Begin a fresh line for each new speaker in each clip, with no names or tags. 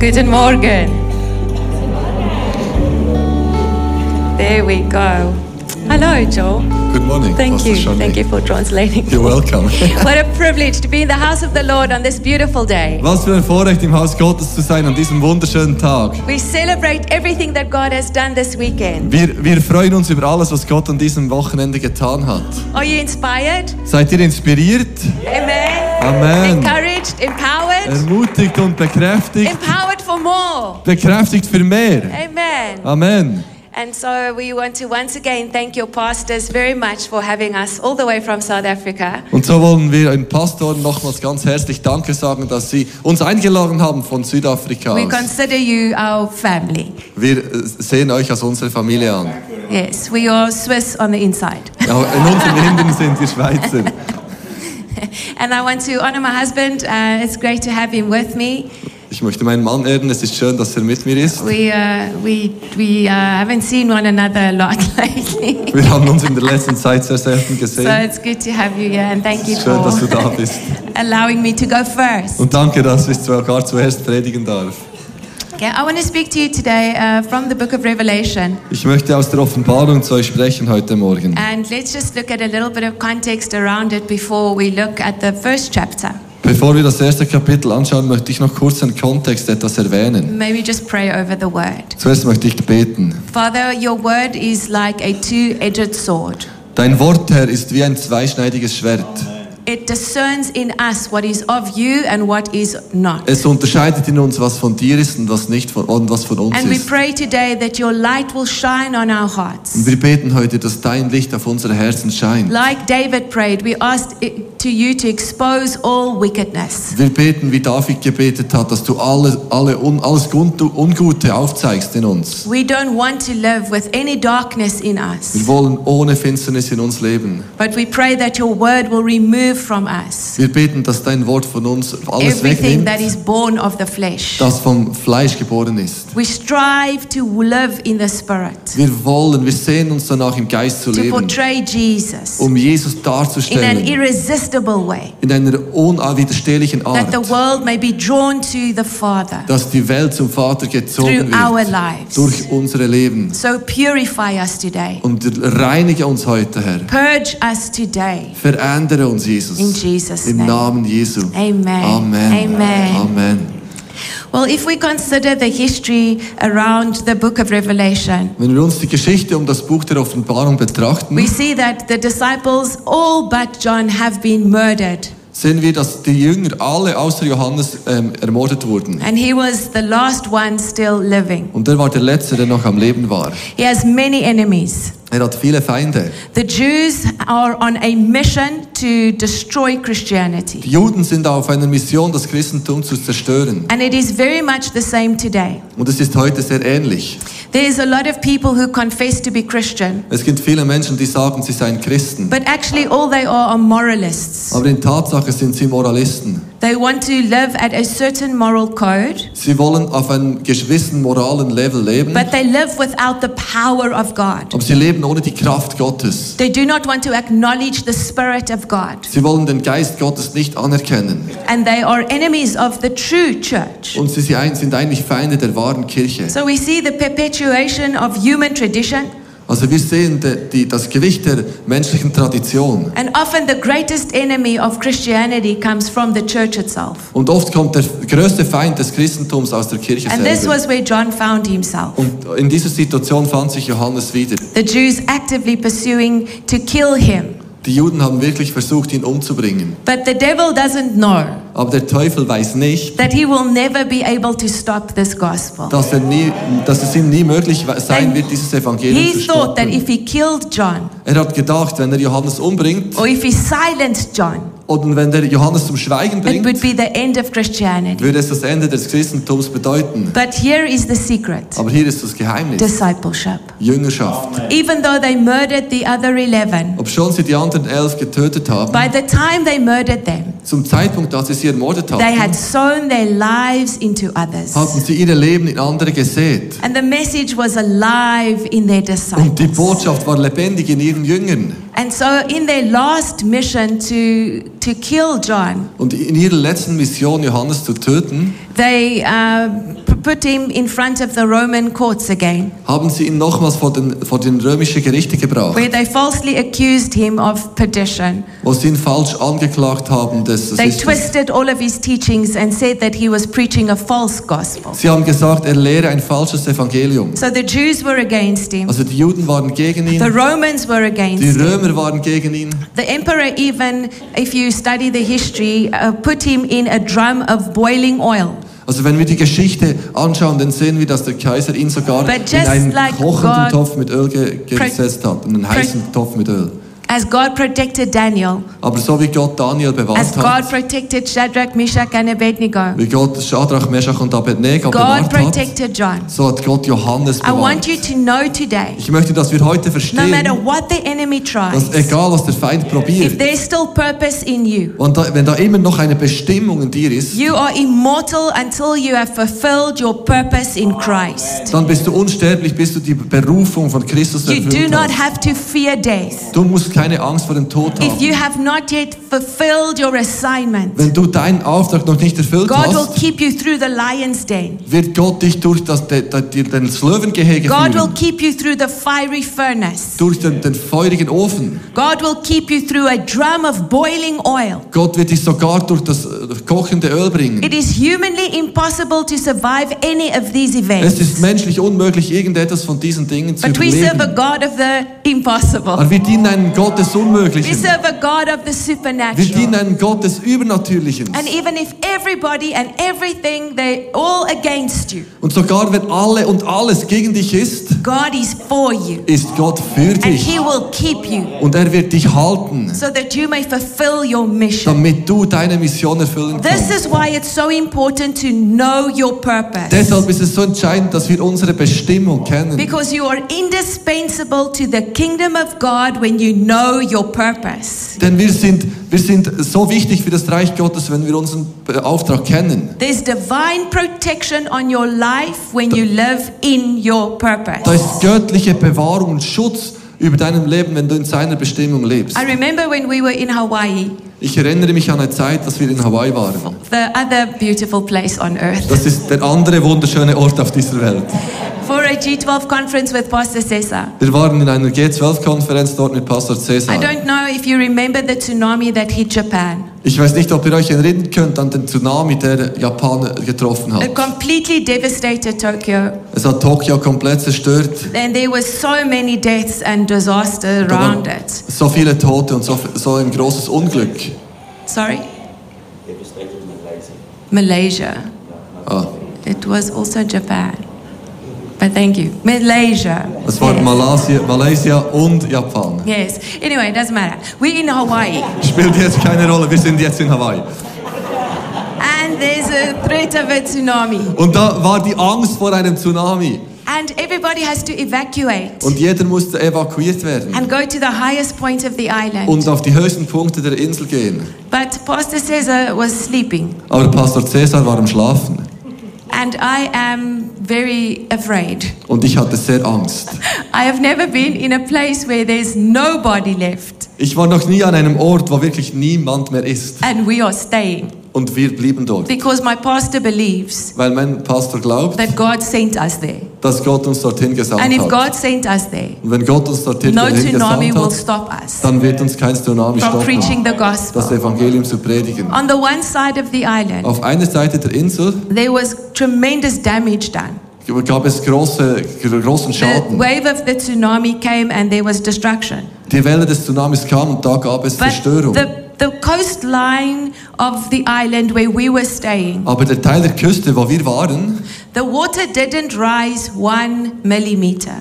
Guten Morgen. There we go. Hello, Joel.
Good morning.
Thank
Pastor
you.
Charlie.
Thank you for translating.
You're welcome.
What a privilege to be in the house of the Lord on this beautiful day.
Was für ein Vorrecht, im Haus Gottes zu sein an diesem wunderschönen Tag.
We celebrate everything that God has done this weekend.
Wir, wir freuen uns über alles, was Gott an diesem Wochenende getan hat.
Are you inspired?
Seid ihr inspiriert,
Amen.
Amen.
Encouraged, empowered,
ermutigt und bekräftigt?
empowered for more.
Bekräftigt für mehr.
Amen.
Amen.
And so we want to once again thank your pastors very much for having us all the way from South Africa.
Und so wollen wir den Pastoren nochmals ganz herzlich Danke sagen, dass sie uns eingeladen haben von Südafrika
We
aus.
consider you our family.
Wir äh, sehen euch als unsere Familie an.
Yes, we are Swiss on the inside.
Auch In unseren Händen sind wir Schweizer.
and I want to honor my husband. Uh, it's great to have him with me.
Ich möchte meinen Mann ehren. Es ist schön, dass er mit mir ist.
We, uh, we, we uh, haven't seen one another a lot lately.
Wir haben uns in der letzten Zeit sehr selten
So
gesehen.
it's good to have you here and thank you
Schön,
for
dass du da bist.
allowing me to go first.
Und danke, dass ich sogar zuerst predigen darf.
Okay, I want to speak to you today uh, from the book of Revelation.
Ich möchte aus der Offenbarung zu euch sprechen heute Morgen.
And let's just look at a little bit of context around it before we look at the first chapter.
Bevor wir das erste Kapitel anschauen, möchte ich noch kurz den Kontext etwas erwähnen.
Maybe just pray over the word.
Zuerst möchte ich beten.
Father, your word is like a two edged sword.
Dein Wort, Herr, ist wie ein zweischneidiges Schwert.
It discerns in us what is of you and what is not.
Es unterscheidet in uns, was von dir ist und was nicht von, und was von uns
And we
ist.
pray today that your light will shine on our
Und
hearts.
wir beten heute, dass dein Licht auf unsere Herzen scheint.
Like David prayed, we asked it to you to expose all wickedness.
Wir beten, wie David gebetet hat, dass du alle, alle, un, alles Gun- Ungute aufzeigst in uns.
We don't want to live with any darkness in
Wir
us,
wollen ohne Finsternis in uns leben.
but we pray that your word will remove from us
Wir beten, dass dein Wort von uns alles
everything that
wegnimmt,
is born of the flesh.
das vom Fleisch geboren ist.
We strive to live in the spirit,
Wir wollen, wir sehen uns danach im Geist zu
to
leben,
portray Jesus
um Jesus
in an
darzustellen,
irresistible way,
in einer unwiderstehlichen
that the
Art,
world may be drawn to the Father
dass die Welt zum Vater
through
gezogen
our
wird,
lives.
durch unsere Leben.
So purify us today,
Und reinige uns heute, Herr.
purge us today
Verändere uns,
in
Jesus,
Jesus'
im
name.
Namen Jesu.
Amen.
Amen.
Amen.
Amen.
Well, if we consider the history around the book of Revelation,
Wenn wir uns die Geschichte um das Buch der Offenbarung betrachten,
we see that the disciples, all but John, have been murdered.
sehen wir, dass die Jünger alle außer Johannes ähm, ermordet wurden.
And he was the last one still living.
Und er war der Letzte, der noch am Leben war.
He has many enemies.
Er hat viele Feinde.
The Jews are on a mission to destroy Christianity.
Die Juden sind auf einer Mission, das Christentum zu zerstören.
And it is very much the same today.
Und es ist heute sehr ähnlich.
There is a lot of people who confess to be Christian,
Es gibt viele Menschen, die sagen, sie seien Christen.
but actually all they are are moralists.
Aber in Tatsache sind sie Moralisten.
They want to live at a certain moral code,
Sie wollen auf einem gewissen moralen Level leben,
but they live without the power of God.
aber sie leben ohne die Kraft Gottes.
They do not want to acknowledge the Spirit of God,
Sie wollen den Geist Gottes nicht anerkennen.
and they are enemies of the true church.
Und sie sind eigentlich Feinde der wahren Kirche.
So we see the perpetuation of human tradition.
Also wir sehen de, die, das Gewicht der menschlichen Tradition.
And often the greatest enemy of Christianity comes from the church itself.
Und oft kommt der größte Feind des Christentums aus der Kirche
And this
selber.
was where John found himself.
Und in dieser Situation fand sich Johannes wieder.
The Jews actively pursuing to kill him.
Die Juden haben wirklich versucht, ihn umzubringen.
But the devil doesn't know
Aber der Teufel weiß nicht,
that he will never be able to stop this gospel.
dass, er nie, dass es ihm nie möglich sein wird, dieses Evangelium zu
He thought that
stoppen.
if he killed John
Er hat gedacht, wenn er Johannes umbringt
or if he silenced John,
und wenn er Johannes zum Schweigen
it
bringt,
would be the end of Christianity.
würde es das Ende des Christentums bedeuten.
But here is the secret
Aber hier ist das Geheimnis.
discipleship.
Jüngerschaft.
Even though they murdered the other 11,
Obschon sie die anderen elf getötet haben,
by the time they murdered them,
Zum Zeitpunkt, als sie sie ermordet
They had
hatten,
sown their lives into others.
hatten sie ihre Leben in andere gesät.
And the message was alive in their
Und die
disciples.
Botschaft war lebendig in ihren Jüngern.
And so, in their last mission to, to kill John,
Und in ihrer letzten Mission, Johannes zu töten,
they uh, p- put him in front of the Roman courts again,
haben sie ihn nochmals vor den, vor den römischen Gerichte gebracht,
where they falsely accused him of perdition.
wo sie ihn falsch angeklagt haben. Des, des
They
Christus.
twisted all of his teachings and said that he was preaching a false gospel.
sie haben gesagt, er lehre ein falsches Evangelium.
So the Jews were against him.
Also die Juden waren gegen
The
ihn,
Romans were
die
against him.
Römer waren gegen ihn.
The emperor, even if you study the history, uh, put him in a drum of boiling oil.
Also wenn wir die Geschichte anschauen, dann sehen wir, dass der Kaiser ihn sogar
But
in
just
einen
like
kochenden
God-
Topf mit Öl ge gesetzt hat, in einen heißen Topf mit Öl.
As God protected Daniel,
Aber so wie Gott Daniel
as
bewahrt
God
hat,
protected Shadrach, Meshach, and Abednego,
wie Gott Schadrach, Meshach und Abednego
God
bewahrt hat,
protected John.
so hat Gott Johannes
I want
bewahrt.
you to know today,
Ich möchte, dass wir heute
no matter
verstehen,
what the enemy
dass
tries,
egal was der Feind
if
probiert,
there's still purpose in you,
und da, wenn da immer noch eine Bestimmung in dir ist,
you are immortal until you have fulfilled your purpose in Christ.
dann bist du unsterblich, bis du die Berufung von Christus
You do
erfüllt
not
hast.
have to fear death.
Du musst keine Angst vor dem Tod
If
haben.
you have not yet fulfilled your assignment,
Wenn du deinen Auftrag noch nicht erfüllt
God will
hast,
keep you through the lion's den.
wird Gott dich durch das, de- de- die- den Löwengehege
God will
führen,
keep you through the fiery furnace.
durch den, den feurigen Ofen.
God will keep you through a drum of boiling oil.
Gott wird dich sogar durch das äh, kochende Öl bringen.
It is humanly impossible to survive any of these
Es ist
events.
menschlich unmöglich, irgendetwas von diesen Dingen zu
But we serve a
überleben.
God of the impossible.
Aber wir dienen einem Gott des
We
Unmöglichen.
serve a God of the
Wir dienen
supernatural.
einem Gott des Übernatürlichen.
And even if everybody and everything, they're all against you,
Und sogar wenn alle und alles gegen dich ist,
God is for you.
ist Gott für
And
dich.
He will keep you
Und er wird dich halten,
so that you may fulfill your mission.
damit du deine Mission erfüllen
This
kannst.
is why it's so important to know your purpose.
Deshalb ist es so entscheidend, dass wir unsere Bestimmung kennen.
Because you are indispensable to the kingdom of God when you know your purpose.
Denn wir sind, wir sind so wichtig für das Reich Gottes, wenn wir unseren äh, Auftrag kennen.
There's divine protection on your life when you live in your
Da
purpose.
ist göttliche Bewahrung und Schutz über deinem Leben, wenn du in seiner Bestimmung lebst.
I remember when we were in Hawaii,
Ich erinnere mich an eine Zeit, dass wir in Hawaii waren.
the other beautiful place on earth,
Das ist der andere wunderschöne Ort auf dieser Welt.
for a G12 conference with Pastor Cesar.
Wir waren in einer G12-Konferenz dort mit Pastor
I
Cesar.
don't know if you remember the tsunami that hit Japan.
Ich weiß nicht, ob ihr euch erinnern könnt an den Tsunami, der Japan getroffen
It
hat.
completely devastated Tokyo,
Es hat Tokio komplett zerstört.
and there were so many deaths and disaster
Da
around
waren
it.
so viele Tote und so, so ein großes Unglück.
Sorry? Malaysia.
Ah,
It was also Japan. But thank you. Malaysia.
es waren Malaysia, Malaysia und Japan.
Yes. yes. Anyway, it doesn't matter. We're in Hawaii,
Spielt jetzt keine Rolle, wir sind jetzt in Hawaii.
and there's a threat of a tsunami,
Und da war die Angst vor einem Tsunami.
and everybody has to evacuate
Und jeder musste evakuiert werden
and go to the highest point of the island.
und auf die höchsten Punkte der Insel gehen.
But Pastor Cesar was sleeping,
Aber Pastor Cäsar war am Schlafen
and I am very afraid.
und ich hatte sehr Angst.
I have never been in a place where there's nobody left,
Ich war noch nie an einem Ort, wo wirklich niemand mehr ist.
and we are staying
Und wir blieben dort,
because my pastor believes
weil mein Pastor glaubt,
that God sent us there.
dass Gott uns dorthin gesandt
And if
hat.
God sent us there,
Und wenn Gott uns dorthin
no
dorthin
tsunami
gesandt
will
hat,
stop us
dann wird uns kein Tsunami
from preaching
stoppen,
the
das
gospel.
Evangelium zu predigen.
On the one side of the island,
Auf einer Seite der Insel
there was tremendous damage done.
gab es große, gro- großen
The
Schaden.
wave of the tsunami came and there was destruction.
Die Welle des Tsunamis kam und da gab es
But
Zerstörung.
the, the coastline of the island where we were staying,
Aber der Teil der Küste, wo wir waren,
the water didn't rise one millimeter.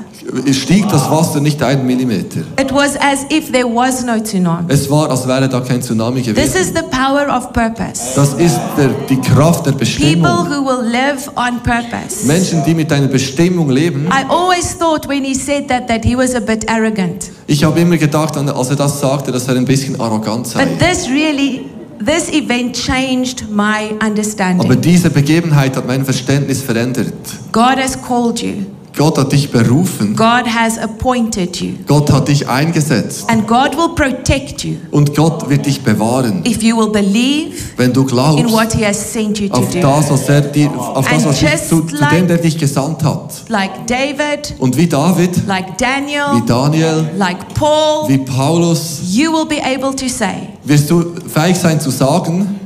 stieg das Wasser nicht einen Millimeter.
It was as if there was no tsunami.
Es war, als wäre da kein Tsunami
This
gewesen.
is the power of purpose.
Das ist der, die Kraft der
People
Bestimmung.
who will live on purpose.
Menschen, die mit einer Bestimmung leben.
I always thought when he said that that he was a bit arrogant.
Ich habe immer gedacht, als er das sagte, dass er ein bisschen arrogant
But
sei.
this really this event changed my
Aber
understanding.
diese Begebenheit hat mein Verständnis verändert.
God has called you
Gott hat dich berufen.
God has appointed you.
Gott hat dich eingesetzt.
And God will protect you
Und Gott wird dich bewahren,
if you will believe
wenn du
in
glaubst
what He has sent you to
auf
do.
das, was er dir, auf das,
And
was dich,
just
zu, zu dem,
like-
der dich gesandt hat.
Like David,
Und wie David,
like
wie
Daniel,
Daniel,
like Paul,
wie Paulus,
you will be able to say,
wirst du fähig sein zu sagen,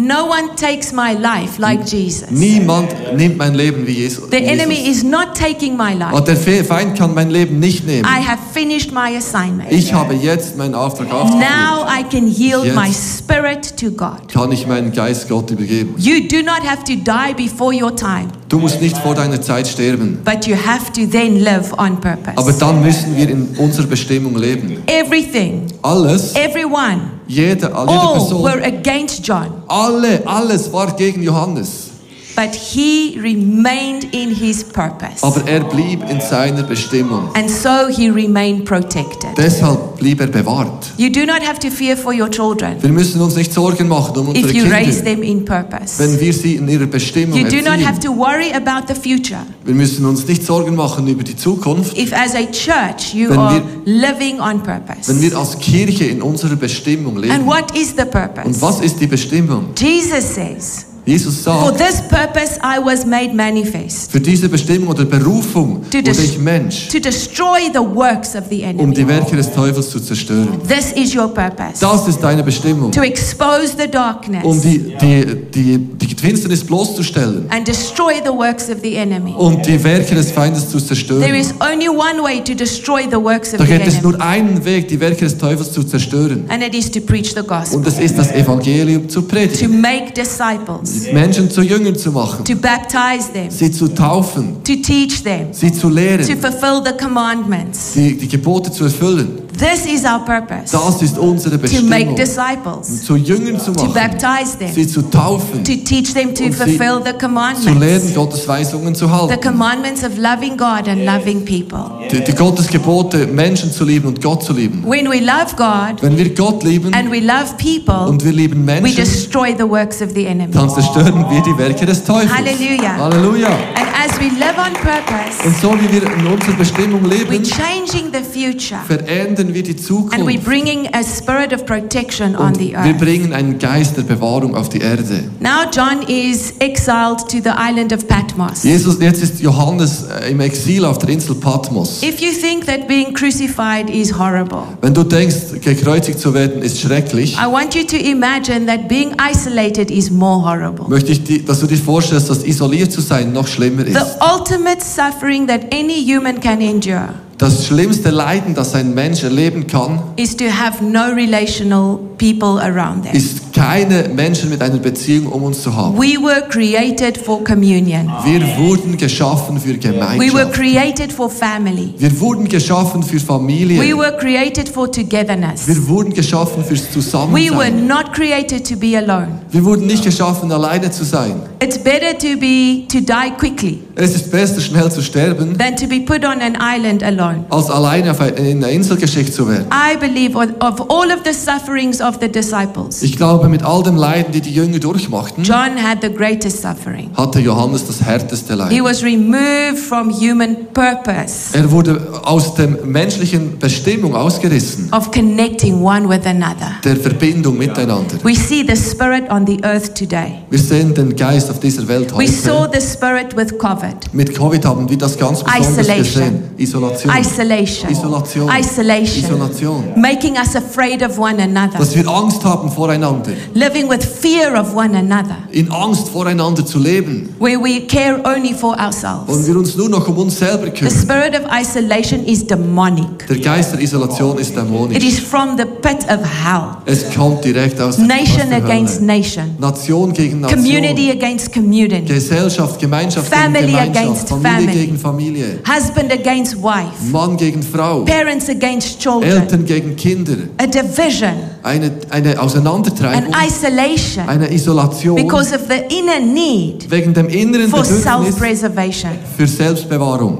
No one takes my life like Jesus.
niemand nimmt mein Leben wie Jesus.
The enemy
Jesus.
is not taking my life.
Und der Fe- Feind kann mein Leben nicht nehmen.
I have finished my assignment.
Ich habe jetzt meinen Auftrag aufgegeben.
Now I can yield
Yes.
my spirit to God.
Kann ich meinen Geist Gott übergeben?
You do not have to die before your time,
Du musst nicht vor deiner Zeit sterben.
but you have to then live on
Aber
purpose.
dann müssen wir in unserer Bestimmung leben.
Everything,
Alles,
everyone,
jede, jede
all Oh, were
Person,
against John,
alle, alles war gegen Johannes.
but he remained in his purpose.
Aber er blieb in seiner Bestimmung.
And so he remained protected.
Deshalb blieb er bewahrt.
You do not have to fear for your children
Wir müssen uns nicht Sorgen machen um unsere
if you raise them
Kinder,
in purpose.
wenn wir sie in ihrer Bestimmung
You do not have
erziehen.
to worry about the future
Wir müssen uns nicht Sorgen machen über die Zukunft,
if, as a church, you
Wenn
are
wir-
living on purpose.
wenn wir als Kirche in unserer Bestimmung
And
leben.
what is the
Und
purpose?
was ist die Bestimmung?
Jesus says,
Jesus
For
sagt,
this purpose I was made manifest,
für diese Bestimmung oder Berufung
To
wurde
dis-
ich Mensch,
to destroy the works of the
um
enemy.
die Werke des Teufels zu zerstören.
This is your purpose.
Das ist deine Bestimmung,
To expose the
um
darkness
die, die, die, die Finsternis bloßzustellen
and destroy the works of the enemy.
und die Werke des Feindes zu
There
zerstören.
is only one way to destroy the works of
Da
the
gibt es
enemy,
nur einen Weg, die Werke des Teufels zu zerstören.
and it is to preach the gospel,
Und das ist das Evangelium zu
to
predigen,
make disciples,
Menschen zu Jüngern zu machen,
to baptize them,
sie zu taufen,
to teach them,
sie zu
to
lehren,
fulfill the commandments.
die, die Gebote zu erfüllen.
This is our purpose
Das ist unsere
to make
Bestimmung,
disciples,
zu Jüngern
to
zu machen,
baptize them,
sie zu taufen,
to teach them to
Und sie
fulfill the
zu lehren,
commandments.
Gottes Weisungen zu
The
halten,
commandments of loving God and loving people.
die, die Gottes Gebote, Menschen zu lieben und Gott zu lieben.
When we love God
Wenn wir Gott lieben
and we love people,
und wir lieben
we
Menschen,
destroy the works of the enemy.
dann zerstören wir die Werke des Teufels.
Halleluja.
Halleluja.
And as we live on
Und
purpose,
so wie wir in unserer Bestimmung
we're
leben,
changing the future
verändern wir die
and we're
Zukunft.
bringing a spirit of protection on
Und
the
wir
earth.
bringen einen Geist der Bewahrung auf die Erde.
Now, John is exiled to the island of Patmos.
Jesus, jetzt ist Johannes äh, im Exil auf der Insel Patmos.
If you think that being crucified is horrible,
Wenn du denkst, gekreuzigt zu werden ist schrecklich,
I want you to imagine that being isolated is more horrible.
möchte ich, dir- dass du dir vorstellst, dass isoliert zu sein noch schlimmer
The
ist.
ultimate suffering that any human can endure
Das schlimmste Leiden, das ein Mensch erleben kann,
is to have no relational people around them.
ist keine Menschen mit einer Beziehung um uns zu haben.
We were created for communion.
Wir wurden geschaffen für
We were
Gemeinschaft.
created for family.
Wir wurden geschaffen für
We
Familie.
were created for togetherness.
Wir wurden geschaffen fürs
We were
Zusammensein.
not created to be alone.
Wir wurden nicht geschaffen, alleine zu sein.
It's better to be to die quickly
Es ist besser, schnell zu sterben,
than to be put on an island alone.
als alleine auf eine, in eine Insel geschickt zu werden.
I believe of of all of the sufferings of the disciples,
Ich glaube, mit all dem Leiden, die die Jünger durchmachten,
John had the greatest suffering.
hatte Johannes das härteste
He
Leid.
was removed from human purpose.
Er wurde aus der menschlichen Bestimmung ausgerissen,
of connecting one with another.
der Verbindung miteinander.
We see the Spirit on the earth today.
Wir sehen den Geist auf dieser Welt
We saw
heute.
the Spirit with COVID,
Mit Covid haben wir das ganz besonders
Isolation.
gesehen. Isolation.
isolation,
Isolation.
isolation,
Isolation.
making us afraid of one another,
Dass wir Angst haben voreinander.
living with fear of one another,
In Angst voreinander zu leben.
where we care only for
Und
ourselves.
wir uns nur noch um uns selber
The
kümmern.
spirit of isolation is demonic.
Der Geist der Isolation ist
It
dämonisch.
is from the pit of hell.
Es kommt direkt aus aus
Nation
der
against
Hölle.
nation,
Nation gegen Nation.
community against community,
Gesellschaft, Gemeinschaft
Family
gegen Gemeinschaft.
against
Familie
family.
gegen Familie.
husband against wife,
Mann gegen Frau.
parents against children.
Eltern gegen Kinder.
a division,
Eine, eine
an
Auseinandertreibung.
isolation
Eine Isolation.
because of the inner need
wegen dem inneren
for self
Bedürfnis
preservation.
für Selbstbewahrung.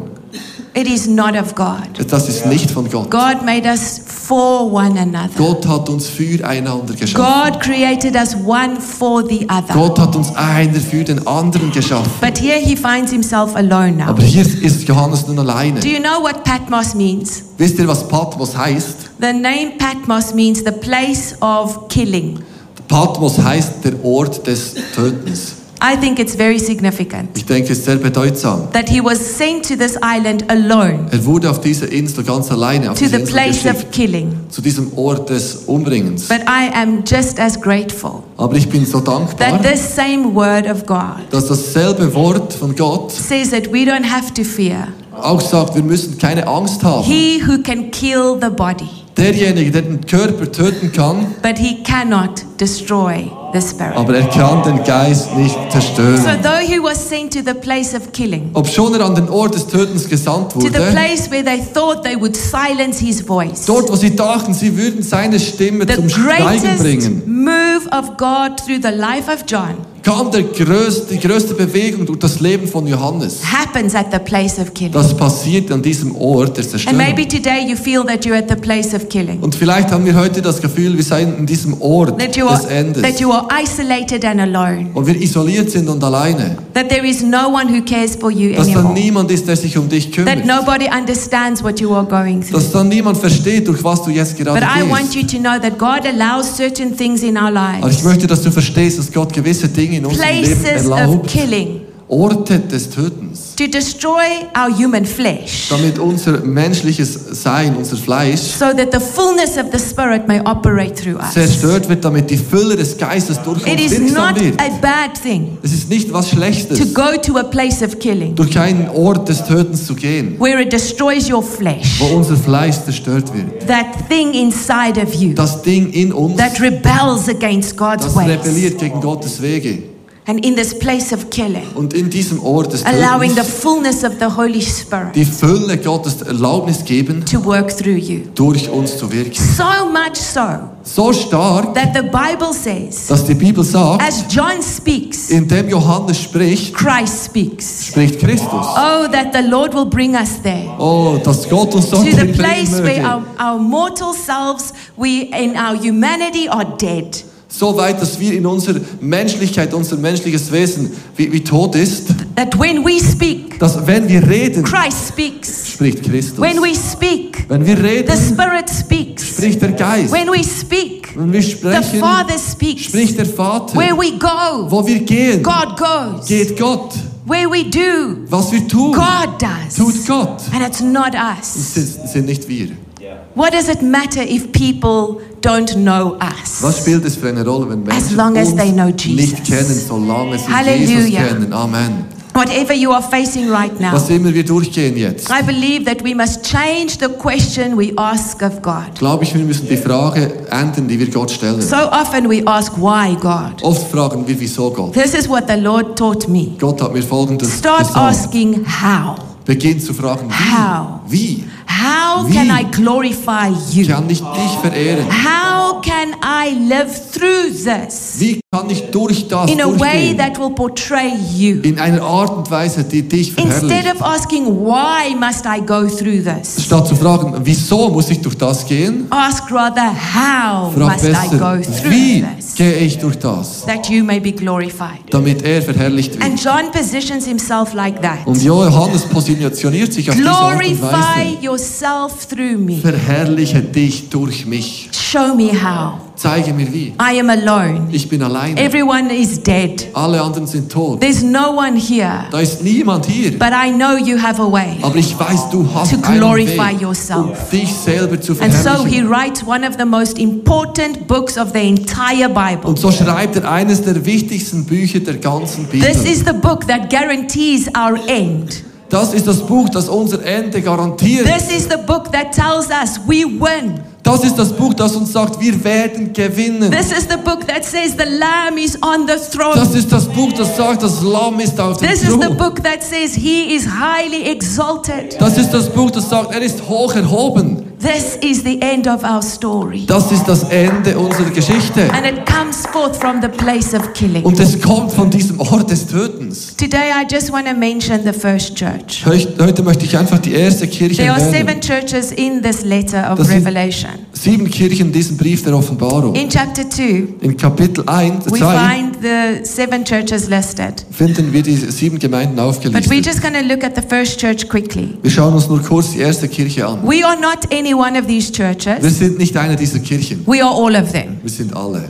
It is not of God.
Das ist nicht von Gott.
God made us for one another.
Gott hat uns füreinander geschaffen.
God created us one for the other.
Gott hat uns einer für den anderen geschaffen.
But here he finds himself alone now.
Aber hier ist Johannes nun alleine.
Do you know what Patmos means?
Wisst ihr, was Patmos heißt?
The name Patmos means the place of killing.
Patmos heißt der Ort des Tötens.
I think it's very significant
Ich denke, es ist sehr bedeutsam.
that he was sent to this island alone,
Er wurde auf dieser Insel ganz alleine, auf
to
diese
the
Insel
place
geschickt,
of killing.
zu diesem Ort des Umbringens.
But I am just as grateful
Aber ich bin so dankbar,
that this same word of God
dass dasselbe Wort von Gott
says that we don't have to fear.
auch sagt, wir müssen keine Angst haben.
He who can kill the body,
Derjenige, der den Körper töten kann,
but he cannot destroy the spirit.
aber er kann den Geist nicht
So,
zerstören.
though he was sent to the place of killing,
Ob schon er an den Ort des Tötens gesandt
to the
wurde,
place where they thought they would silence his voice,
dort, wo sie dachten, sie würden seine Stimme
the
zum Schweigen
greatest
bringen,
move of God through the life of John
kam der größte, die größte Bewegung durch das Leben von Johannes.
happens at the place of killing.
Das passiert an diesem Ort der
And
Zerstörung.
maybe today you feel that you're at the place of killing,
Und vielleicht haben wir heute das Gefühl, wir seien in diesem Ort
that you are,
des Endes.
that you are isolated and alone,
Und wir isoliert sind und alleine.
that there is no one who cares for you
Dass da
anymore,
niemand ist, der sich um dich
that
kümmert.
nobody understands what you are going through.
Dass da niemand versteht, durch was du jetzt gerade
But I want
gehst.
you to know that God allows certain things in our
Aber ich
lives,
möchte, dass du verstehst, dass Gott gewisse Dinge in unserem Leben
places of
erlaubt.
killing,
Orte des Tötens.
to destroy our human flesh,
Damit unser menschliches Sein, unser Fleisch,
so that the fullness of the Spirit may operate through us. It
zerstört wird, damit die Fülle des Geistes durch uns
is
wirksam
not
wird.
a bad thing
Es ist nicht was
to
Schlechtes,
go to a place of killing
durch einen Ort des Tötens zu gehen,
where it destroys your flesh,
wo unser Fleisch zerstört wird.
that thing inside of you
das Ding in uns,
that rebels against God's
das
ways.
rebelliert gegen Gottes Wege.
And in this place of killing,
Und in diesem Ort des
allowing the
Tötens
fullness of the Holy Spirit
die Fülle Gottes Erlaubnis geben,
to work through you.
durch uns zu wirken.
So much so
So stark,
that the Bible says,
dass die Bibel sagt,
as John speaks,
indem Johannes spricht,
Christ speaks.
spricht Christus.
Oh, that the Lord will bring us there
Oh, dass Gott uns dort
to the
hinbringen
place where
möge.
our, our mortal selves, we in our humanity are dead.
So weit, dass wir in unserer Menschlichkeit, unser menschliches Wesen wie, wie tot ist,
That when we speak,
dass wenn wir reden,
Christ speaks.
spricht Christus.
When we speak,
Wenn wir
the
reden,
Spirit speaks.
spricht der Geist.
When we speak,
Wenn wir
the
sprechen,
Father speaks.
spricht der Vater.
Where we go,
Wo wir gehen,
God goes.
geht Gott.
Where we do,
Was wir tun,
God
tut
does.
Gott.
And it's not
Das
us.
sind, sind nicht wir.
What does it matter if people don't know
Was
us?
spielt es für eine Rolle, wenn
As
Menschen
long as
uns
they know Jesus.
nicht kennen, solange sie Jesus
Halleluja.
kennen? Amen.
Whatever you are facing right now,
Was immer wir durchgehen jetzt,
I believe that we must change the question we ask of God.
glaube ich, wir müssen die Frage ändern, die wir Gott stellen.
So often we ask, why God?
Oft fragen wir, wieso Gott?
This is what the Lord taught me.
Gott hat mir folgendes
Start
gesagt.
asking, how?
Beginn zu fragen,
How?
wie?
How
Wie?
can I glorify
Wie
you?
kann ich dich verehren?
How can I live through this
Wie kann ich durch das
in a way
durchgehen?
that will portray you?
In einer Art und Weise, die dich verherrlicht.
Instead of asking, why must I go through this?
Statt zu fragen, wieso muss ich durch das gehen,
Ask rather, how
frag
must I
besser,
go through
wie
this?
gehe ich durch das,
That you may be glorified.
damit er verherrlicht
And
wird.
John positions himself like that.
Und Johannes positioniert sich auf diese Art und
Glorify
Weise.
yourself through me.
Verherrliche dich durch mich.
Show me how.
Zeige mir wie.
I am alone.
Ich bin alleine.
Everyone is dead.
Alle anderen sind tot.
There's no one here.
Da ist niemand hier.
But I know you have a way.
Aber ich weiß, du hast
To
einen
glorify
Weg,
yourself.
um dich selber zu
And so he
verherrlichen.
writes one of the most important books of the entire Bible.
Und so schreibt er eines der wichtigsten Bücher der ganzen
This
Bibel.
is the book that guarantees our end.
Das ist das Buch, das unser Ende garantiert.
This is the book that tells us we win.
Das ist das Buch, das uns sagt, wir werden gewinnen.
This is the book that says the Lamb is on the throne.
Das ist das Buch, das sagt, das Lamm ist auf dem
This is the
Thron.
book that says he is highly exalted.
Das ist das Buch, das sagt, er ist hoch erhoben.
This is the end of our story.
Das ist das Ende unserer Geschichte.
And it comes forth from the place of killing.
Und es kommt von diesem Ort des Tötens.
Today, I just want to mention the first church.
Heut- Heute möchte ich einfach die erste Kirche
There are
nennen.
seven churches in this letter of
Das sind-
Revelation.
Sieben Kirchen in diesem Brief der Offenbarung.
In chapter 2,
In Kapitel 1,
we
2
find the seven churches listed.
finden wir die sieben Gemeinden
But we're
aufgelistet.
just going to look at the first church quickly.
Wir schauen uns nur kurz die erste Kirche an.
We are not any one of these
Wir
churches,
sind nicht einer dieser Kirchen.
we are all of them.
Wir sind alle.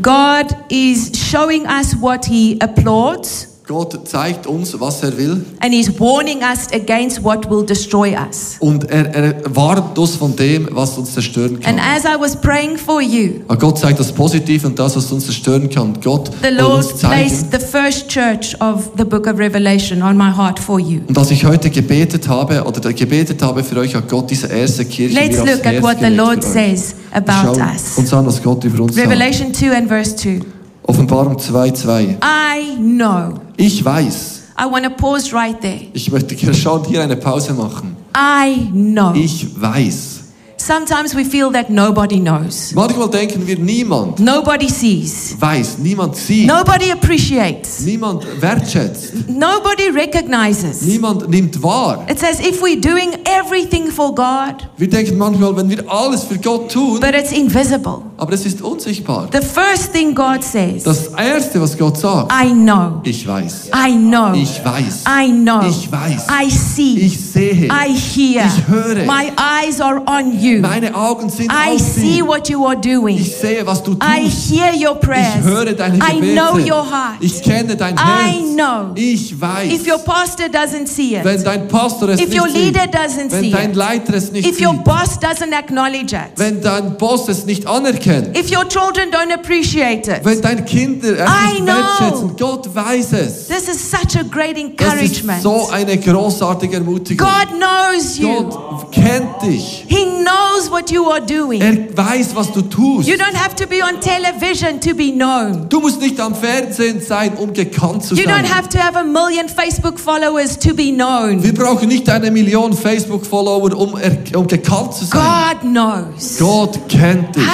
God is showing us what He applauds,
Gott zeigt uns, was er will
and He's warning us against what will destroy us.
und er, er warnt uns von dem, was uns zerstören
And
kann.
as I was praying for you,
Aber Gott zeigt das Positive und das, was uns zerstören kann. Gott
the
will
Lord
uns zeigen.
placed the first church of the book of Revelation on my heart for you.
Und als ich heute gebetet habe oder da gebetet habe für euch, hat Gott diese erste Kirche
Let's
mir aufs
look at
Herz
what the
gelegt
Lord
für euch.
says about
Schauen
us.
uns an, was Gott über uns sagt.
Revelation 2 and verse 2.
Offenbarung 2,2.
I know.
Ich weiß.
I want to pause right there.
Ich möchte gerne schauen, hier eine Pause machen.
I know.
Ich weiß.
Sometimes we feel that nobody knows,
Manchmal denken wir, niemand
nobody sees,
weiß, niemand sieht,
nobody appreciates,
niemand wertschätzt,
nobody recognizes.
niemand nimmt wahr.
It's as if we're doing everything for God,
Wir denken manchmal, wenn wir alles für Gott tun,
but it's invisible.
aber es ist unsichtbar.
The first thing God says,
Das Erste, was Gott sagt,
I know,
ich weiß,
I know,
ich weiß,
I know,
Ich weiß.
I see,
ich sehe,
I hear,
Ich höre.
my eyes are on you,
meine Augen sind
I
auf
see
sie,
what you are doing.
ich sehe, was du
I
tust.
hear your
Ich
prayers.
höre deine
I know your
Gebete.
heart.
Ich kenne dein
I
Herz.
know.
Ich
If your
weiß.
pastor doesn't see it,
Wenn dein Pastor es
If
nicht
your
sieht,
leader doesn't see
wenn dein
it.
Leiter es nicht
if your
sieht,
boss doesn't acknowledge it,
wenn dein Boss es nicht anerkennt,
if your children don't appreciate it,
wenn deine Kinder es
I
nicht
know.
wertschätzen, Gott weiß es.
this is such a great
Das ist
encouragement.
so eine großartige Ermutigung.
God knows you.
Gott kennt dich.
He knows what you are doing.
Er weiß, was du tust.
You don't have to be on television to be known.
Du musst nicht am Fernsehen sein, um gekannt zu
You
sein.
don't have to have a million Facebook followers to be known.
Wir brauchen nicht eine Million Facebook-Follower, um, er- um gekannt zu sein.
God knows.
Gott kennt dich.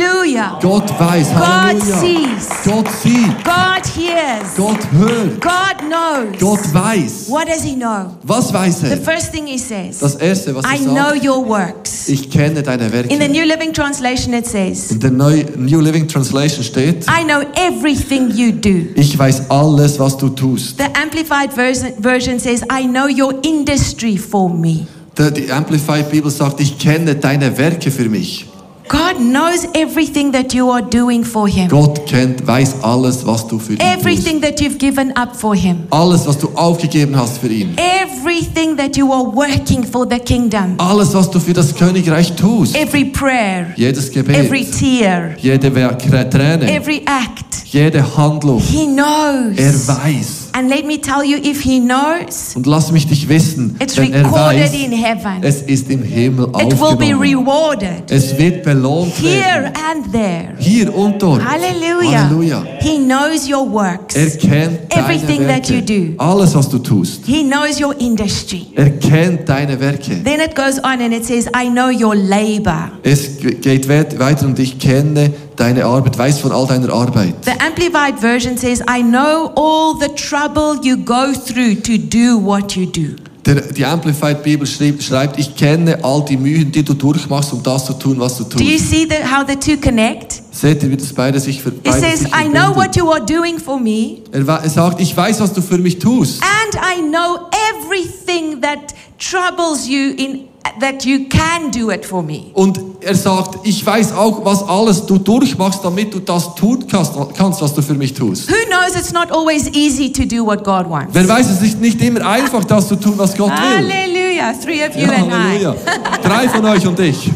Hallelujah.
Gott weiß.
God
Halleluja.
sees.
Gott sieht.
God hears.
Gott hört.
God knows.
Gott weiß.
What does he know?
Was weiß
The
er?
first thing he says,
Das Erste, was
I
er
know
sagt,
your works.
ich kenne deine Werke.
In the New Living Translation, it says,
In der Neu New Living Translation steht,
I know everything you do.
ich weiß alles, was du tust.
The Amplified version, version says, I know your industry for me.
Der, die Amplified Bibel sagt, ich kenne deine Werke für mich.
God knows everything that you are doing for Him,
Gott kennt, weiß alles, was du für ihn tust.
everything that you've given up for Him,
Alles, was du aufgegeben hast für ihn.
everything that you are working for the kingdom,
Alles, was du für das Königreich tust.
every prayer,
Jedes
every
Gebet,
tear,
jede Wer- Krä- Träne,
every act.
jede Handlung.
He
Er
knows.
weiß.
And let me tell you, if He knows,
Und lass mich dich wissen,
it's
denn er
recorded
weiß,
in heaven.
es ist im Himmel
It will be
aufgenommen.
rewarded
Es wird belohnt werden.
here and there.
Hier und dort.
Hallelujah.
Halleluja.
He knows your works.
Er kennt
Everything
deine
that
Werke.
you do.
Alles, was du tust.
He knows your industry.
Er kennt deine Werke.
Then it goes on and it says, I know your labor.
Es ge- geht we- weiter und ich kenne deine Arbeit, weiß von all deiner Arbeit.
The Amplified Version says, I know all the trouble you go through to do what you do.
Der, die Amplified Bibel schreibt, schreibt, ich kenne all die Mühen, die du durchmachst, um das zu tun, was du
Do you
tust.
see the, how the two connect?
Seht ihr, wie das beide sich ver-
It
beide
says,
sich
I know what
verbinden?
you are doing for me,
Er, wa- er sagt, ich weiß, was du für mich tust.
and I know everything that troubles you in that you can do it for me.
Und er sagt, ich weiß auch, was alles du durchmachst, damit du das tun kannst, kannst was du für mich tust.
Who knows it's not always easy to do what God wants?
Wer weiß, es ist nicht immer einfach, das zu tun, was Gott will.
Hallelujah. Three of you
Ja,
and I.
Halleluja. Drei von euch und ich.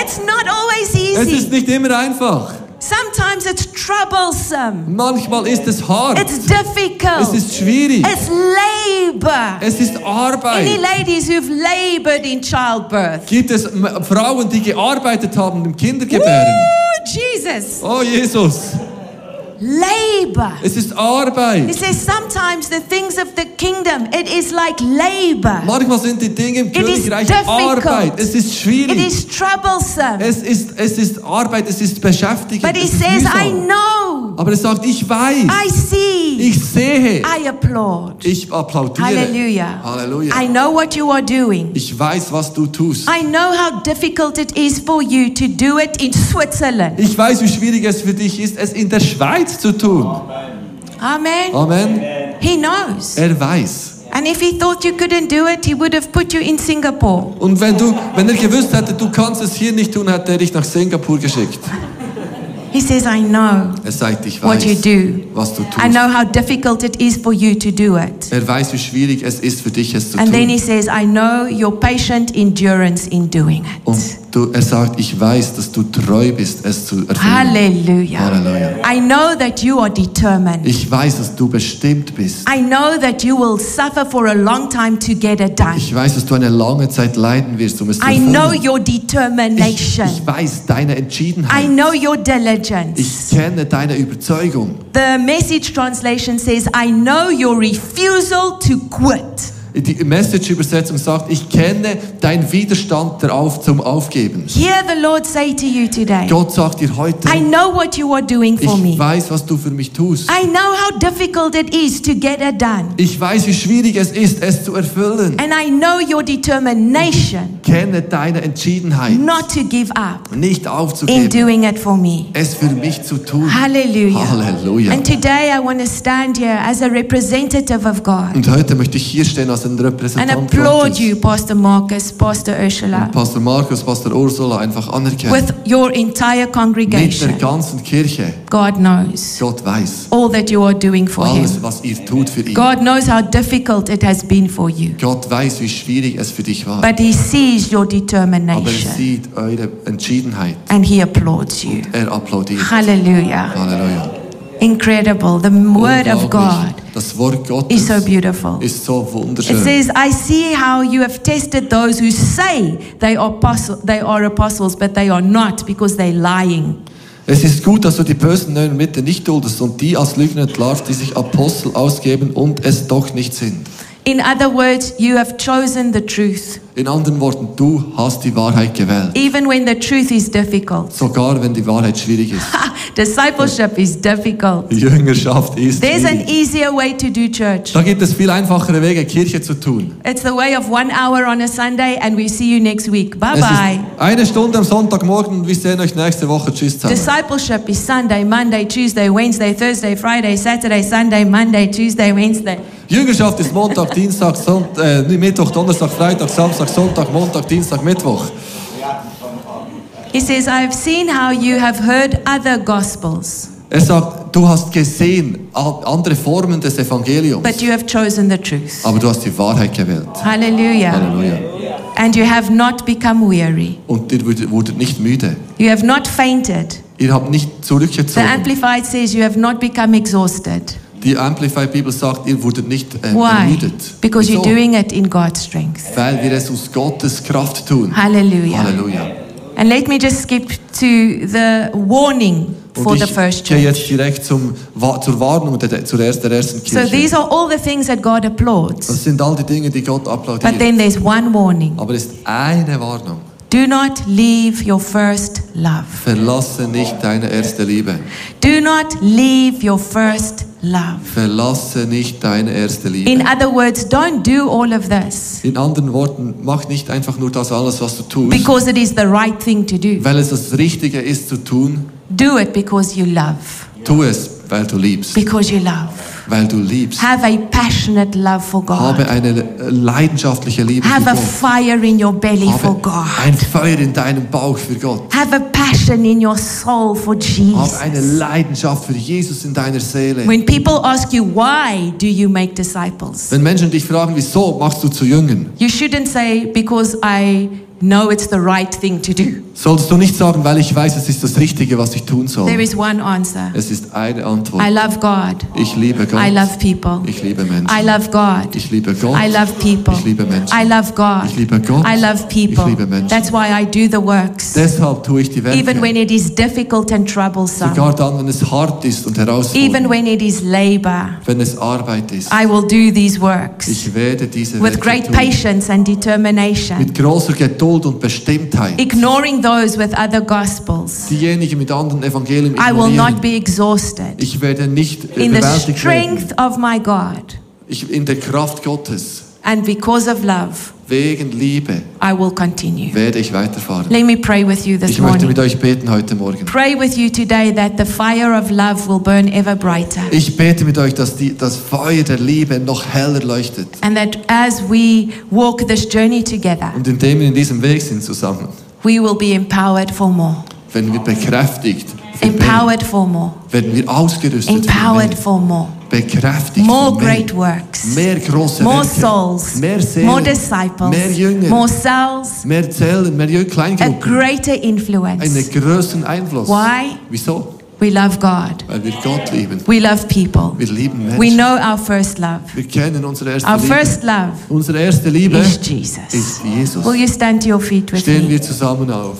It's not always
Es ist
easy.
nicht immer einfach.
Sometimes it's troublesome.
Manchmal ist es hart.
It's difficult.
Es ist schwierig.
It's labor.
Es ist
Any
Arbeit.
ladies who've labored in childbirth?
Gibt es M- Frauen, die gearbeitet haben im Kindergebären?
Woo, Jesus.
Oh Jesus.
labor.
Es ist
He
Arbeit.
says sometimes the things of the kingdom, it is like labor.
Manchmal sind die Dinge im
It is
Königreich
difficult.
Arbeit. Es ist
It
schwierig.
is troublesome.
Es ist, es ist Arbeit, es ist beschäftigend.
But he
es ist
says, I
mühsam.
know,
Aber er sagt, ich weiß,
I see,
ich sehe,
I applaud.
ich applaudiere.
Hallelujah.
Halleluja.
I know what you are doing.
Ich weiß, was du tust.
I know how difficult it is for you to do it in Switzerland.
Ich weiß, wie schwierig es für dich ist, es in der Schweiz zu tun.
Amen.
Amen.
He knows.
Er weiß.
And if he thought you couldn't do it, he would have put you in Singapore.
Und wenn du, wenn er gewusst hätte, du kannst es hier nicht tun, hätte er dich nach Singapur geschickt.
He says, I know
Er sagt, ich
what you
weiß,
do.
was du
I
tust.
know how difficult it is for you to do it.
Er weiß, wie schwierig es ist für dich, es zu
And then
tun.
he says, I know your patient endurance in doing
Und
it.
du, er sagt, ich weiß, dass du treu bist, es zu erfüllen.
Hallelujah.
Hallelujah.
I know that you are determined.
Ich weiß, dass du bestimmt bist.
I know that you will suffer for a long time to get it done.
Ich weiß, dass du eine lange Zeit leiden wirst, um es zu
I know
erfüllen.
your
Ich,
determination.
ich weiß deine
I
Entschiedenheit.
know your diligence.
Ich kenne deine Überzeugung.
The message translation says, I know your refusal to quit.
Die Message-Übersetzung sagt, ich kenne deinen Widerstand darauf zum Aufgeben.
Hear the Lord say to you today,
Gott sagt dir heute,
I know what you are doing for
ich
me.
weiß, was du für mich tust.
I know how difficult it is to get it done.
Ich weiß, wie schwierig es ist, es zu erfüllen.
And I know your determination
Kenne deine Entschiedenheit,
not to give up
nicht
in
aufzugeben,
doing it for me.
es für mich zu tun.
Hallelujah.
Halleluja.
And today I want to stand here as a representative of God
Und heute möchte ich hier stehen als ein
and
Repräsentant
applaud
Gottes.
you, Pastor Marcus, Pastor Ursula,
Pastor Markus, Pastor Ursula einfach anerkennen.
with your entire
Mit der
congregation.
ganzen Kirche.
God knows
Gott weiß
all that you are doing for
alles,
Him.
was ihr tut für ihn.
God knows how difficult it has been for you,
Gott weiß, wie schwierig es für dich war.
but He sees your
Aber er
determination
sieht eure Entschiedenheit.
and He applauds you.
Er applaudiert.
Hallelujah.
Halleluja.
Incredible. The Word of
Unglaublich.
God
Das Wort Gottes
is so beautiful.
ist so
It
wunderschön.
says, I see how you have tested those who say they are, apostle, they are apostles, but they are not because they're lying.
Es ist gut, dass du die Bösen in der Mitte nicht duldest und die als Lügner entlarvst, die sich Apostel ausgeben und es doch nicht sind.
In other words, you have chosen the truth,
In anderen Worten, du hast die Wahrheit gewählt.
even when the truth is difficult.
Sogar wenn die Wahrheit schwierig ist.
Ha! Discipleship is difficult.
Jüngerschaft ist
There's an
schwierig.
easier way to do church.
Da gibt es viel einfachere Wege, Kirche zu tun.
It's the way of one hour on a Sunday, and we see you next week. Bye
Es
bye.
ist eine Stunde am Sonntagmorgen und wir sehen euch nächste Woche. Tschüss zusammen.
Discipleship is Sunday, Monday, Tuesday, Wednesday, Thursday, Friday, Saturday, Sunday, Monday, Tuesday, Wednesday.
Jüngerschaft ist Montag, Dienstag, Sonnt äh, Mittwoch, Donnerstag, Freitag, Samstag, Sonntag, Montag, Dienstag, Mittwoch.
He says, I've seen how you have heard other gospels,
Er sagt, du hast gesehen a- andere Formen des Evangeliums,
but you have chosen the truth.
aber du hast die Wahrheit gewählt.
Hallelujah.
Halleluja.
And you have not become weary.
Und ihr wurdet wurdet nicht müde.
You have not fainted.
Ihr habt nicht
The
zurückgezogen.
Amplified says you have not become exhausted.
Die Amplified Bibel sagt, ihr wurdet nicht äh,
Why?
ermüdet.
Because you're
Wieso?
doing it in God's strength.
Weil wir es aus Gottes Kraft tun.
Hallelujah.
Halleluja.
And let me just skip to the warning for
Und
the
ich
first
gehe jetzt
church.
direkt zum, Wa- zur Warnung der, der- zur ersten, der ersten
So
Kirche.
these are all the things that God applauds.
das sind all die Dinge, die Gott applaudiert.
But then there's one warning
Aber es ist eine Warnung.
do not leave your first love.
Verlasse nicht deine erste Liebe.
Do not leave your first love.
Verlasse nicht deine erste Liebe.
In other words, don't do all of this
In anderen Worten, mach nicht einfach nur das alles, was du tust,
because it is the right thing to do.
weil es das Richtige ist zu tun.
Do it because you love.
Tu es, weil du liebst.
Because you love.
Weil du liebst.
Have a passionate love for
Habe
God.
eine äh, leidenschaftliche Liebe
Have
für
a
Gott.
fire in your belly for
Habe
God.
ein Feuer in deinem Bauch für Gott.
Have a passion in your soul for
Habe eine
Jesus.
Leidenschaft für Jesus in deiner Seele.
When people ask you, why do you make disciples?
Wenn Menschen dich fragen, wieso machst du zu Jüngern,
You shouldn't say, because I know it's the right thing to do.
solltest du nicht sagen, weil ich weiß, es ist das Richtige, was ich tun
There
soll.
is one answer
Es ist eine
I
Antwort.
love God.
Ich liebe Gott.
I love people.
Ich liebe Menschen.
I love God.
ich liebe Gott.
I love people.
Ich liebe Menschen.
I love God.
Ich liebe Gott.
I love people.
Ich liebe Menschen.
That's why I do the works.
Deshalb tue ich die Werke.
Even when it is difficult and troublesome.
Sogar dann, wenn es hart ist und herausfordernd.
Even when it is labor.
wenn es Arbeit ist.
I will do these works
ich werde diese
with
Werke
great
tun.
patience and determination,
Mit großer Geduld und Bestimmtheit.
ignoring those with other gospels.
Diejenigen mit anderen Evangelien
I will not
ignorieren.
be exhausted.
Ich werde nicht äh,
In the
bewältigt werden.
strength of my God
Ich, in der Kraft Gottes,
and because of love,
wegen Liebe,
I will continue.
werde ich weiterfahren.
Let me pray with you this
Ich möchte mit
morning.
euch beten heute Morgen.
Pray with you today that the fire of love will burn ever brighter.
Ich bete mit euch, dass die, das Feuer der Liebe noch heller leuchtet.
And that as we walk this journey together,
Und indem wir in diesem Weg sind zusammen,
we will be empowered for more.
werden wir bekräftigt, für mehr,
Empowered for more.
werden wir ausgerüstet, für mehr,
Empowered for more.
bekräftigt,
More
für mehr,
great works.
mehr große
More
Werke,
souls.
mehr Seelen,
More disciples.
mehr Jünger,
More cells.
mehr Zellen, mehr
A
Jünger, Kleingruppen,
greater
einen
influence.
größeren Einfluss.
Why?
Wieso?
We love God.
Weil wir Gott lieben.
We love people.
Wir lieben Menschen.
We know our first love.
wir kennen unsere erste
Our
Liebe.
first love
unsere erste Liebe
is
ist
Jesus.
Jesus.
Will you stand to your feet with
Stehen
me?
wir zusammen auf.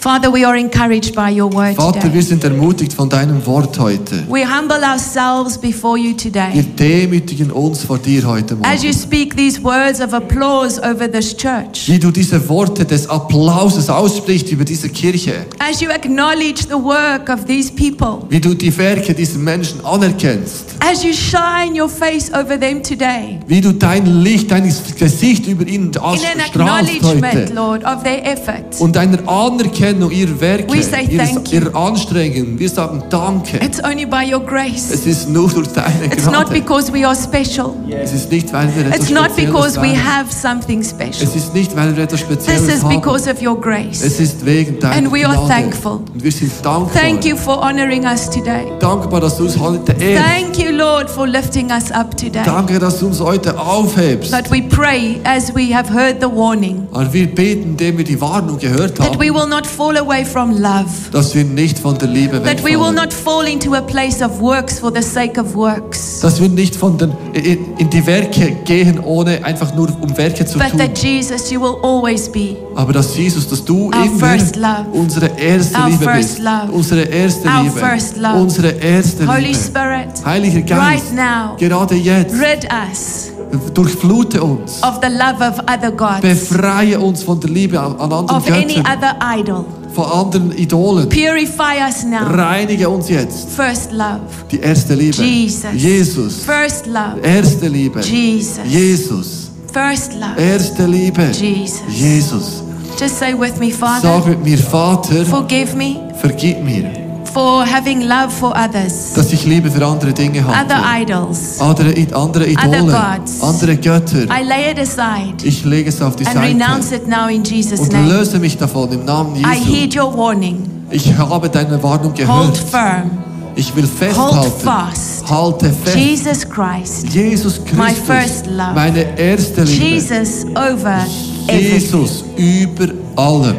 Father, we are encouraged by your word
Vater,
today.
wir sind ermutigt von deinem Wort heute.
We humble ourselves before you
Wir
today.
demütigen uns vor dir heute
As you
Morgen.
speak these words of applause over this church,
Wie du diese Worte des Applauses aussprichst über diese Kirche.
as you acknowledge the work of these people,
Wie du die Werke dieser Menschen anerkennst.
As you shine your face over them today,
Wie du dein Licht, dein Gesicht über ihnen
in an
ausstrahlst
acknowledgement,
heute.
Lord, of their effort,
Und deiner Anerkennung ihrer Werke,
We say thank
ihres,
you.
ihrer Anstrengungen. Wir sagen Danke.
it's only by your grace.
Es ist nur durch deine
It's not
Gnade.
because we are special.
Es ist nicht, weil wir etwas
It's not
Spezielles
because we
haben.
have something special.
Es ist nicht, weil wir etwas Spezielles
This is
haben.
because of your grace.
Es ist wegen deiner
And we are
Gnade.
thankful.
Und wir sind dankbar.
Thank you for honoring us today.
Dankbar, dass du uns heute ehrst.
Thank you, Lord, for lifting us up today.
Danke, dass du uns heute aufhebst.
But we pray as we have heard the warning
Und wir beten, indem wir die Warnung gehört
that we
haben,
will not fall away from love,
dass wir nicht von der Liebe
that we will
wegfallen.
not fall into a place of works for the sake of works.
Dass wir nicht von den, in, in die Werke gehen, ohne einfach nur um Werke zu
But that
tun.
Jesus, you will always be
Aber dass Jesus, dass du
Our first
immer
love.
unsere erste
Our
Liebe
first
bist.
love.
Unsere erste
Our
Liebe.
first love.
Unsere erste
Holy
Liebe.
Spirit.
Heiliger Geist,
Right now.
gerade jetzt,
Rid us
durchflute uns.
of the love of other gods,
Befreie uns von der Liebe an an anderen
of any
Göttern,
other idol.
von anderen Idolen.
Purify us now.
Reinige uns jetzt.
First love,
Die erste Liebe.
Jesus.
Jesus.
First love,
Erste Liebe.
Jesus.
Jesus.
First love,
Erste Liebe.
Jesus.
Jesus.
Just say with me,
Sag
Father,
mit mir, Vater,
forgive me
vergib mir,
for having love for others,
dass ich Liebe für andere Dinge
other
habe.
idols.
Andere, I- andere Idole.
gods.
Andere Götter.
I lay it aside
Ich lege es auf die
and renounce
Seite
it now in Jesus'
und
name.
löse mich davon im Namen
I
Jesu.
heed your warning.
Ich habe deine Warnung
Hold
gehört.
firm.
Ich will
Hold
festhalten.
fast.
Halte fest.
Jesus Christ.
Jesus
My
Christus,
first love.
meine erste Liebe.
Jesus over everything.
Jesus über allem.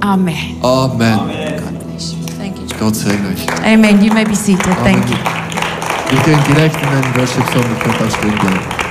Amen.
Amen.
God bless you. Thank you.
Gott segne euch.
Amen. You may be seated. Thank you.
Wir gehen direkt in einen Worship-Song mit Gott als Stunde.